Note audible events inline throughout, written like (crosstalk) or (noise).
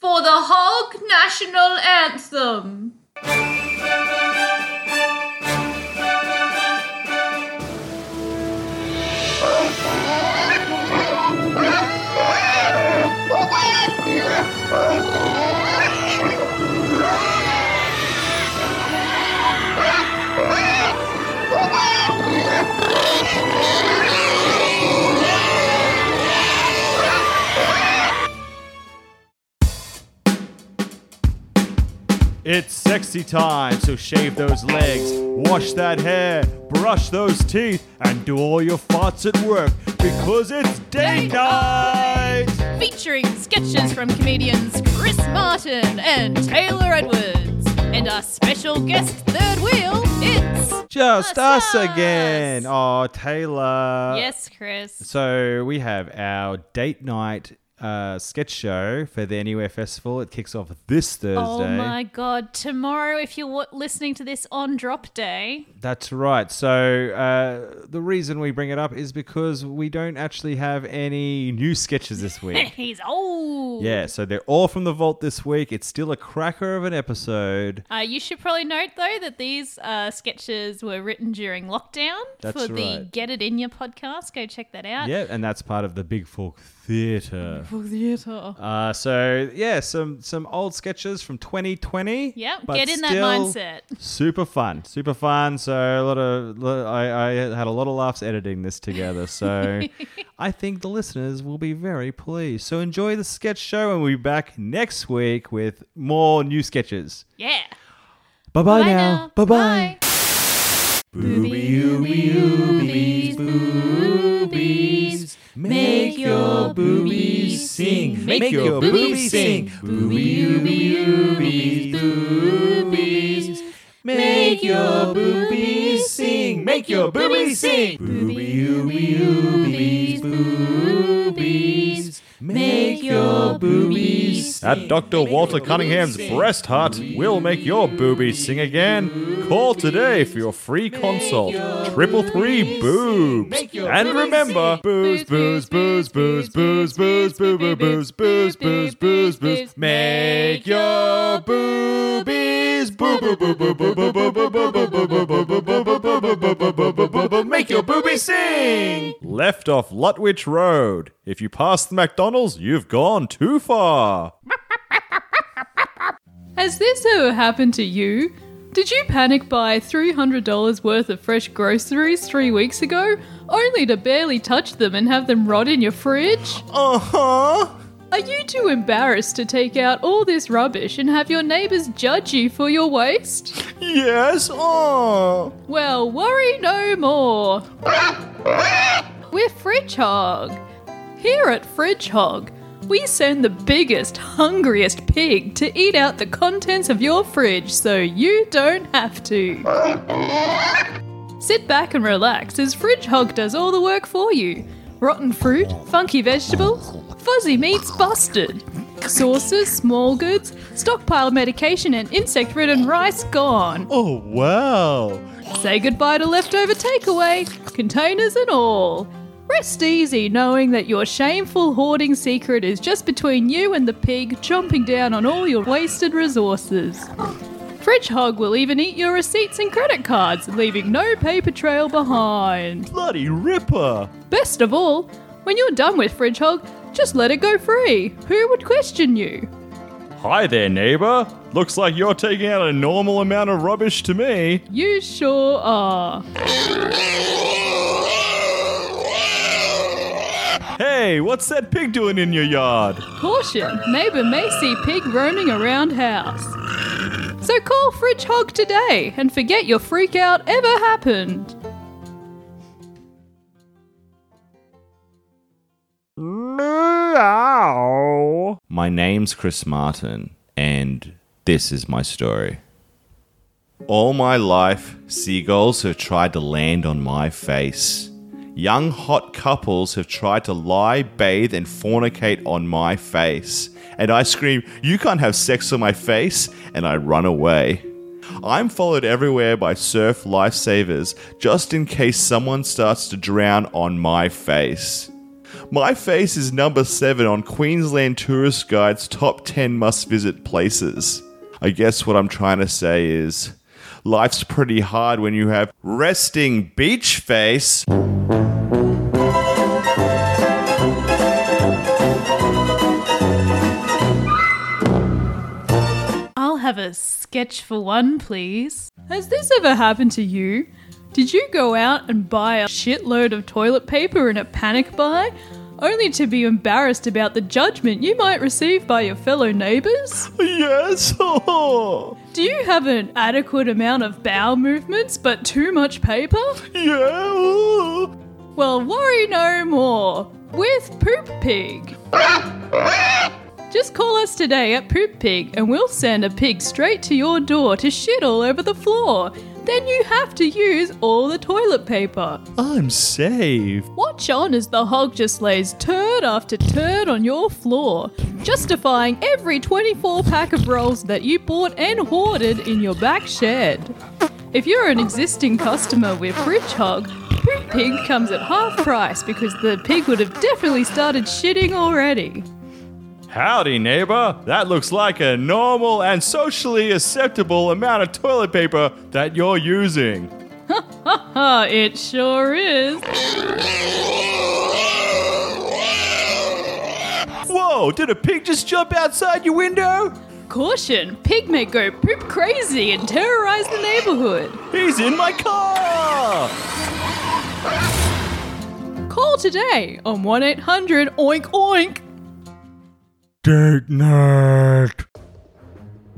the Hog National Anthem. It's sexy time, so shave those legs, wash that hair, brush those teeth, and do all your farts at work because it's date Date night! Featuring sketches from comedians Chris Martin and Taylor Edwards. And our special guest third wheel, it's. Just us Us, us. again! Oh, Taylor. yes, Chris. So we have our date night uh, sketch show for the Anywhere Festival. It kicks off this Thursday. Oh my god, tomorrow, if you're wa- listening to this on drop day, That's right. So uh, the reason we bring it up is because we don't actually have any new sketches this (laughs) week. he's old. Yeah, so they're all from the vault this week. It's still a cracker of an episode. Uh, you should probably note, though, that these uh, sketches were written during lockdown That's for the right. Get It In Your podcast. Go check that out. Yeah, and that's part of the Big Fork Theatre. For theatre. Uh, so yeah, some some old sketches from 2020. Yep, but get in that still mindset. Super fun, super fun. So a lot of lo- I, I had a lot of laughs editing this (laughs) together. So I think the listeners will be very pleased. So enjoy the sketch show, and we'll be back next week with more new sketches. Yeah. Bye bye now. Bye bye. Booby, ooby, oobies, boobies. Make your boobies sing. Make your boobies sing. Booby, ooby, oobies, boobies. Make your boobies sing. Make your boobies sing. Booby, ooby, oobies, boobies. Make your boobies sing. At Dr. Walter Cunningham's Breast Hut, we'll make your boobies sing again. Call today for your free consult. Triple three boobs. And remember, booze, booze, booze, booze, booze, booze, boo, boo, booze, booze, booze, booze, booze. Make your boobies boo, boo, boo, boo, boo, boo, boo, boo, boo, boo, boo, boo, boo, boo, boo, boo, boo, boo, boo, boo, boo, boo, boo, boo. Make your boobies sing. Left off Lutwich Road. If you pass the McDonald's, you've gone too far. Has this ever happened to you? Did you panic buy $300 worth of fresh groceries three weeks ago, only to barely touch them and have them rot in your fridge? Uh huh. Are you too embarrassed to take out all this rubbish and have your neighbours judge you for your waste? Yes. Oh. Well, worry no more. We're Fridge Hog. Here at Fridge Hog, we send the biggest, hungriest pig to eat out the contents of your fridge so you don't have to. Sit back and relax as Fridge Hog does all the work for you rotten fruit, funky vegetables, fuzzy meats busted. Sauces, small goods, stockpiled medication, and insect ridden rice gone. Oh wow. Say goodbye to leftover takeaway, containers and all. Rest easy knowing that your shameful hoarding secret is just between you and the pig chomping down on all your wasted resources. Fridge Hog will even eat your receipts and credit cards, leaving no paper trail behind. Bloody ripper. Best of all, when you're done with Fridge Hog, just let it go free. Who would question you? Hi there, neighbor. Looks like you're taking out a normal amount of rubbish to me. You sure are. Hey, what's that pig doing in your yard? Caution! Neighbour may see pig roaming around house. So call Fridge Hog today and forget your freak out ever happened. Meow. My name's Chris Martin, and this is my story. All my life, seagulls have tried to land on my face. Young hot couples have tried to lie, bathe, and fornicate on my face. And I scream, You can't have sex on my face! And I run away. I'm followed everywhere by surf lifesavers just in case someone starts to drown on my face. My face is number seven on Queensland Tourist Guide's top 10 must visit places. I guess what I'm trying to say is life's pretty hard when you have resting beach face. I'll have a sketch for one, please. Has this ever happened to you? Did you go out and buy a shitload of toilet paper in a panic buy, only to be embarrassed about the judgment you might receive by your fellow neighbours? Yes! (laughs) Oh, Do you have an adequate amount of bowel movements but too much paper? yeah! oh. Well, worry no more with Poop Pig. Just call us today at Poop Pig and we'll send a pig straight to your door to shit all over the floor. Then you have to use all the toilet paper. I'm saved. Watch on as the hog just lays turd after turd on your floor, justifying every 24 pack of rolls that you bought and hoarded in your back shed. If you're an existing customer with Fridge Hog, Poop Pig comes at half price because the pig would have definitely started shitting already. Howdy, neighbor. That looks like a normal and socially acceptable amount of toilet paper that you're using. Ah, it sure is. Whoa, did a pig just jump outside your window? Caution, pig may go poop crazy and terrorize the neighborhood. He's in my car! Call today on 1 800 Oink Oink. Date night.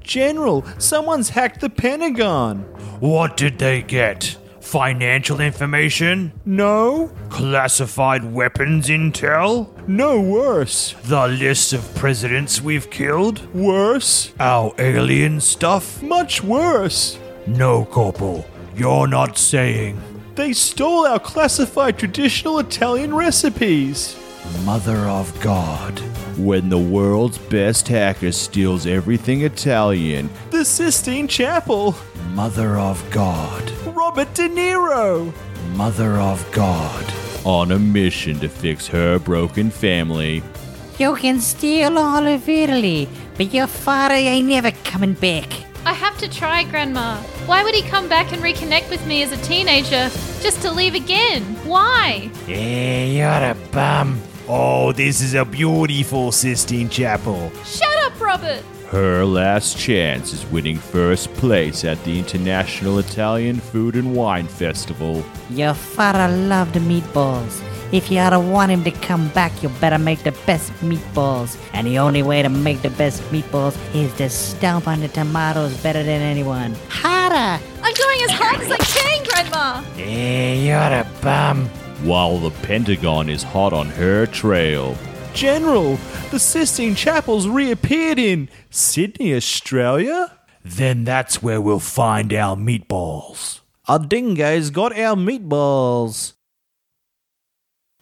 General, someone's hacked the Pentagon. What did they get? Financial information? No, Classified weapons intel? no worse. The list of presidents we've killed? Worse? Our alien stuff? Much worse. No, Corporal. You're not saying. They stole our classified traditional Italian recipes. Mother of God. When the world's best hacker steals everything Italian, the Sistine Chapel, Mother of God. Robert De Niro, Mother of God. on a mission to fix her broken family. You can steal all of Italy, but your father ain't never coming back. I have to try, Grandma. Why would he come back and reconnect with me as a teenager just to leave again? Why? Yeah, you're a bum. Oh, this is a beautiful Sistine Chapel. Shut up, Robert! Her last chance is winning first place at the International Italian Food and Wine Festival. Your father loved meatballs. If you oughta want him to come back, you better make the best meatballs. And the only way to make the best meatballs is to stomp on the tomatoes better than anyone. Harder! I'm going as hard as I can, Grandma! Yeah, Eh, you're a bum. While the Pentagon is hot on her trail. General, the Sistine Chapel's reappeared in Sydney, Australia? Then that's where we'll find our meatballs. Our dingo's got our meatballs.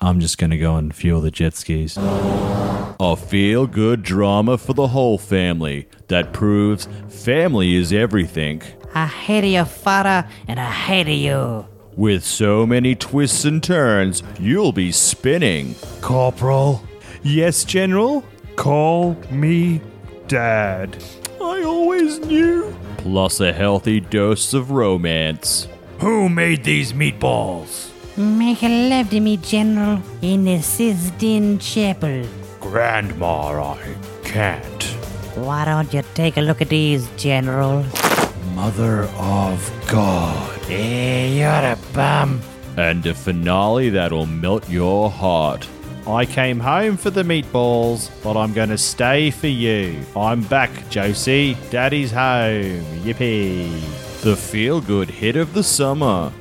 I'm just gonna go and fuel the jet skis. A feel good drama for the whole family that proves family is everything. I hate your father, and I hate you. With so many twists and turns, you'll be spinning. Corporal, Yes, General? call me Dad. I always knew. Plus a healthy dose of romance. Who made these meatballs? Make a love to me, General, in the Sistine Chapel. Grandma, I can't. Why don't you take a look at these, General? Mother of God. Yeah, Eh, you're a bum. And a finale that'll melt your heart. I came home for the meatballs, but I'm going to stay for you. I'm back, Josie. Daddy's home. Yippee. The feel good hit of the summer.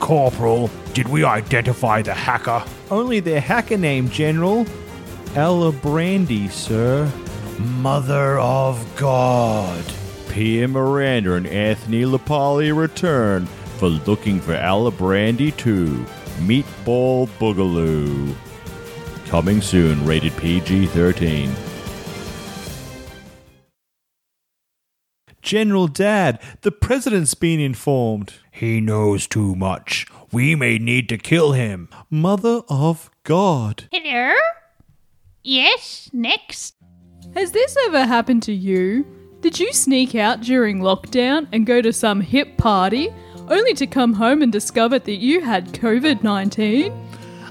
Corporal, did we identify the hacker? Only their hacker name, General. Ella Brandy, sir. Mother of God. Pierre Miranda and Anthony Lapali return for looking for Alabrandi 2 Meatball Boogaloo. Coming soon, rated PG 13. General Dad, the president's been informed. He knows too much. We may need to kill him. Mother of God. Hello? Yes, next. Has this ever happened to you? Did you sneak out during lockdown and go to some hip party, only to come home and discover that you had COVID 19?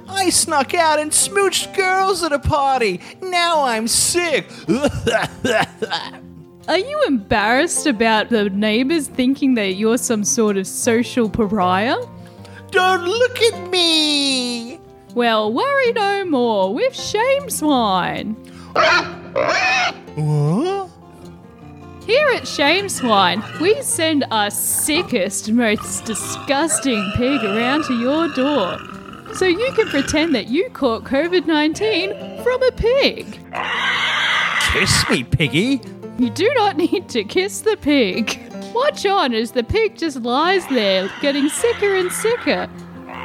I snuck out and smooched girls at a party. Now I'm sick. (laughs) Are you embarrassed about the neighbours thinking that you're some sort of social pariah? Don't look at me. Well, worry no more, we've shame swine. Here at Shame Swine, we send our sickest, most disgusting pig around to your door. So you can pretend that you caught COVID 19 from a pig. Kiss me, piggy. You do not (laughs) need to kiss the pig. Watch on as the pig just lies there, getting sicker and sicker.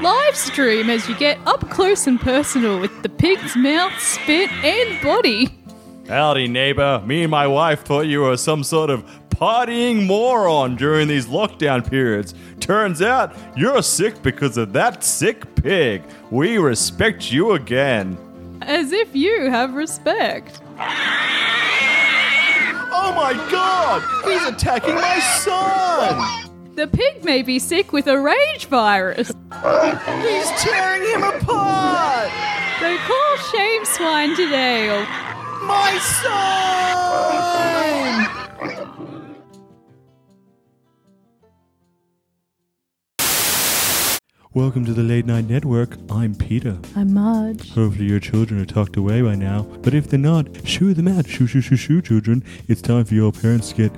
Live stream as you get up close and personal with the pig's mouth, spit, and body. Howdy, neighbor. Me and my wife thought you were some sort of partying moron during these lockdown periods. Turns out you're sick because of that sick pig. We respect you again. As if you have respect. Oh my god! He's attacking my son! The pig may be sick with a rage virus. He's tearing him apart. So call Shame Swine today or My son. Welcome to the Late Night Network. I'm Peter. I'm Marge. Hopefully your children are tucked away by now. But if they're not, shoo them out. Shoo, shoo, shoo, shoo, children. It's time for your parents to get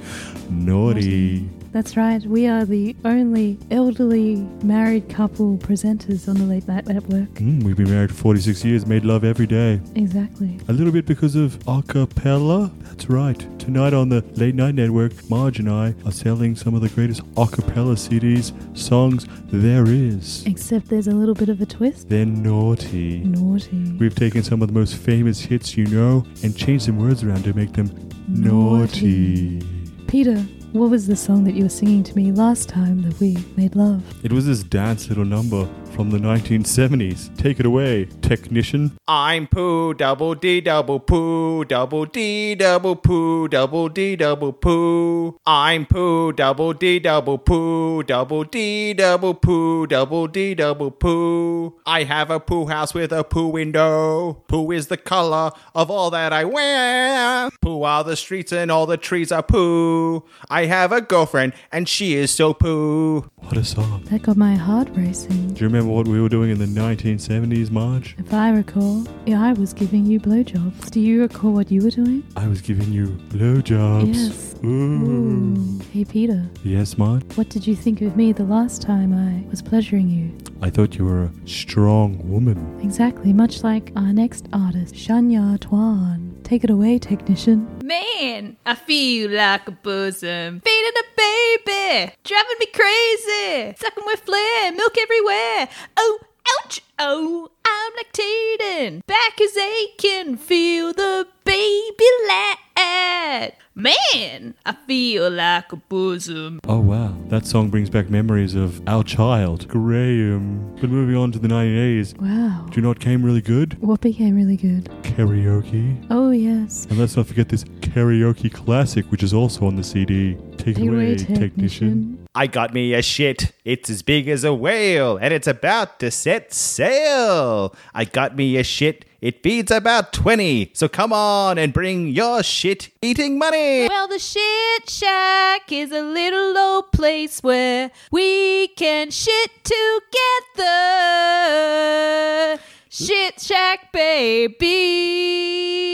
naughty. That's right, we are the only elderly married couple presenters on the Late Night Network. Mm, we've been married for 46 years, made love every day. Exactly. A little bit because of a cappella. That's right. Tonight on the Late Night Network, Marge and I are selling some of the greatest a cappella CDs, songs there is. Except there's a little bit of a twist. They're naughty. Naughty. We've taken some of the most famous hits you know and changed some words around to make them naughty. Peter, what was the song that you were singing to me last time that we made love? It was this dance little number from the 1970s. Take it away, technician. I'm poo double D double poo double D double poo double D double poo. I'm poo double D double poo double D double poo double D double poo. I have a poo house with a poo window. Poo is the color of all that I wear. Poo are the streets and all the trees are poo. I have a girlfriend and she is so poo. What a song. That got my heart racing. Do you remember what we were doing in the 1970s, Marge? If I recall, I was giving you blowjobs. Do you recall what you were doing? I was giving you blowjobs. Yes. Ooh. Hey, Peter, Yes, Marge. what did you think of me the last time I was pleasuring you? I thought you were a strong woman. Exactly, much like our next artist, Shania Twan. Take it away, technician. Man, I feel like a bosom. Feeding a baby. Driving me crazy. Sucking with flair. Milk everywhere. Oh, ouch. Oh, I'm lactating. Back is aching. Feel the baby lad. Man, I feel like a bosom. Oh, wow. That song brings back memories of our child, Graham. But moving on to the 1980s, Wow. do you know what came really good? What became really good? Karaoke. Oh, yes. And let's not forget this karaoke classic, which is also on the CD. Take, it away, technician. I got me a shit. It's as big as a whale and it's about to set sail. I got me a shit. It feeds about 20. So come on and bring your shit eating money. Well, the shit shack is a little old place where we can shit together. Shit shack, baby.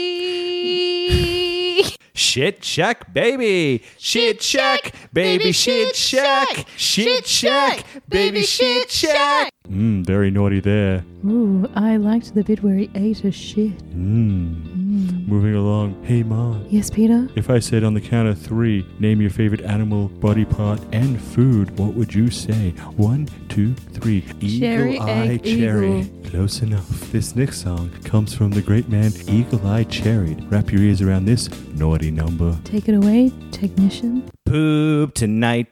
Shit Shack Baby. Shit Shack Baby Shit Shack. Shit Shack Baby Shit Shack. Mmm, very naughty there. Ooh, I liked the bit where he ate a shit. Hmm. Mm, Moving along. Hey, Marge. Yes, Peter? If I said on the count of three, name your favorite animal, body part, and food, what would you say? One, two, three. Eagle Cherry, Eye egg, Cherry. eagle. Close enough. This next song comes from the great man Eagle Eye Cherry. Wrap your ears around this naughty number. Take it away, technician. poop tonight.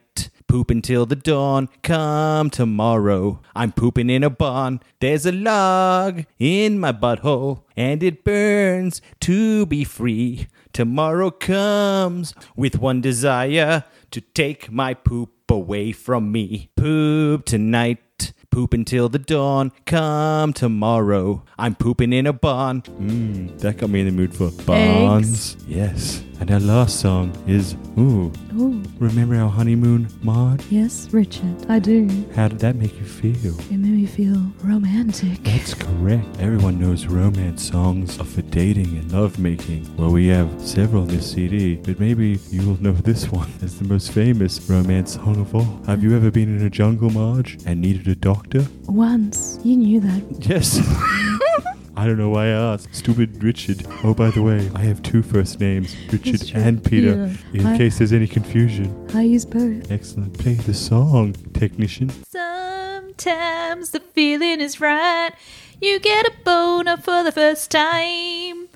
Poop until the dawn, come tomorrow. I'm pooping in a barn. There's a log in my butthole, and it burns to be free. Tomorrow comes with one desire to take my poop away from me. Poop tonight, poop until the dawn, come tomorrow. I'm pooping in a barn. Mm, that got me in the mood for bonds. Yes. And our last song is Ooh. Ooh, Remember our honeymoon, Marge? yes, Richard, I do. How did that make you feel? It made me feel romantic. That's correct. Everyone knows romance songs are for dating and lovemaking. Well, we have several on this CD, but maybe you will know (laughs) this one as the most famous romance song of all. Have you ever been in a jungle, Marge, and needed a doctor? Once. You knew that. Yes. (laughs) I don't know why I asked. Stupid Richard. Oh, by the way, I have two first names, Richard true. and Peter, Yeah. in I- case there's any confusion. I use both. Excellent. Play the song, technician. Sometimes the feeling is right. You get a boner for the first time.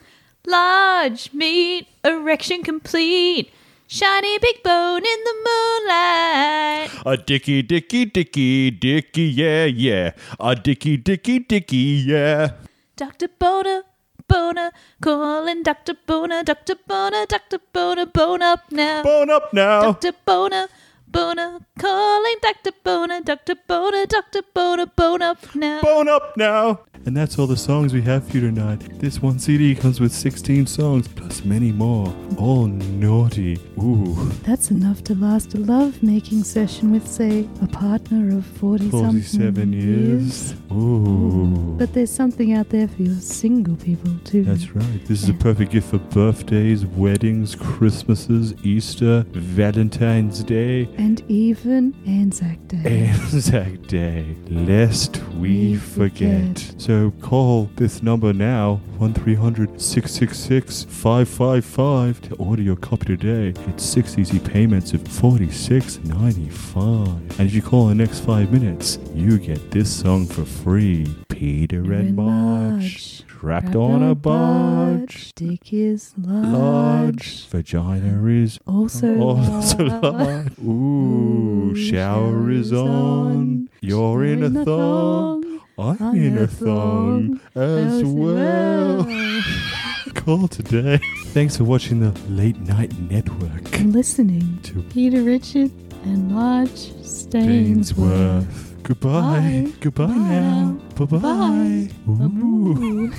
Large meat, erection complete. Shiny big bone in the moonlight. A dicky, dicky, dicky, dicky, yeah, yeah. A dicky, dicky, dicky, yeah. Dr. Boner, Boner, calling Dr. Boner, Dr. Boner, Dr. Boner, bone up now. Bone up now. Dr. Boner, Boner, calling Dr. Boner, Dr. Boner, Dr. Boner, bone up now. Bone up now. And that's all the songs we have for you tonight. This one CD comes with 16 songs, plus many more. All naughty. Ooh, That's enough to last a love making session with, say, a partner of 40 47 something years. Ooh. But there's something out there for your single people, too. That's right. This is a perfect gift for birthdays, weddings, Christmases, Easter, Valentine's Day, And even Anzac Day. (laughs) Anzac Day. Lest we We forget. forget. So call this number now, 1300 666 555, to order your copy today. It's six easy payments of $46.95. And if you call in the next five minutes, you get this song for free. Peter You're and in March, March, trapped on a barge. Dick is large. Large. Vagina is Also, (laughs) also large. large. Ooh, shower is on. You're in a thong. I'm in a thong as well. (laughs) Call today. Thanks for watching the Late Night Network. And listening To Peter Richard and Large Stainsworth. Dainsworth. Goodbye. Bye. Goodbye Bye now. Bye bye. Bye. Ooh. Ooh.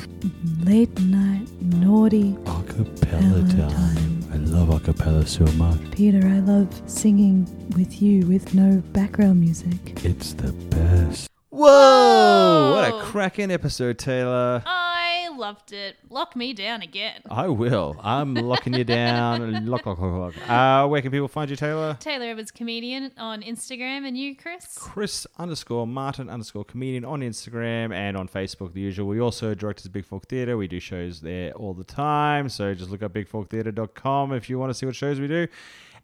Late night naughty Acapella time. time. I love acapella so much. Peter, I love singing with you with no background music. It's the best. Whoa! What Whoa. a cracking episode, Uh. Taylor. I loved it. Lock me down again. I will. I'm locking you down. Lock, lock, lock, lock. Uh, where can people find you, Taylor? Taylor Evans comedian on Instagram and you, Chris. Chris underscore Martin underscore comedian on Instagram and on Facebook, the usual. We also direct as Big Fork Theatre. We do shows there all the time. So just look up bigforktheatre.com if you want to see what shows we do.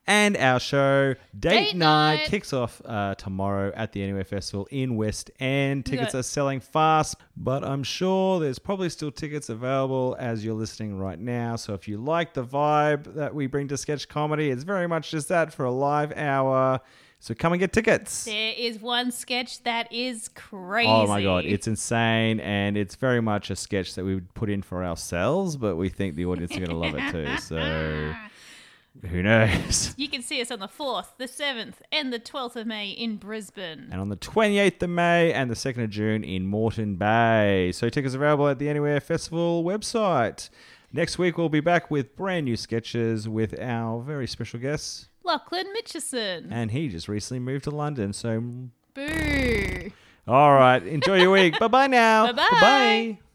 And our show, Date, Date Night, Night. kicks off uh, tomorrow at the Anywhere Festival in West End. Tickets Yeah. are selling fast, but I'm sure there's probably still tickets available as you're listening right now. So if you like the vibe that we bring to sketch comedy, it's very much just that for a live hour. So come and get tickets. There is one sketch that is crazy. Oh my god, it's insane, and it's very much a sketch that we would put in for ourselves, but we think the audience are going to love it too. (laughs) So who knows? You can see us on the 4th, the 7th, and the 12th of May in Brisbane. And on the 28th of May and the 2nd of June in Moreton Bay. So tickets available at the Anywhere Festival website. Next week we'll be back with brand new sketches with our very special guest, Lachlan Mitchison. and he just recently moved to London. So Boo. (laughs) all right, enjoy your week. Bye bye now. Bye-bye. Bye.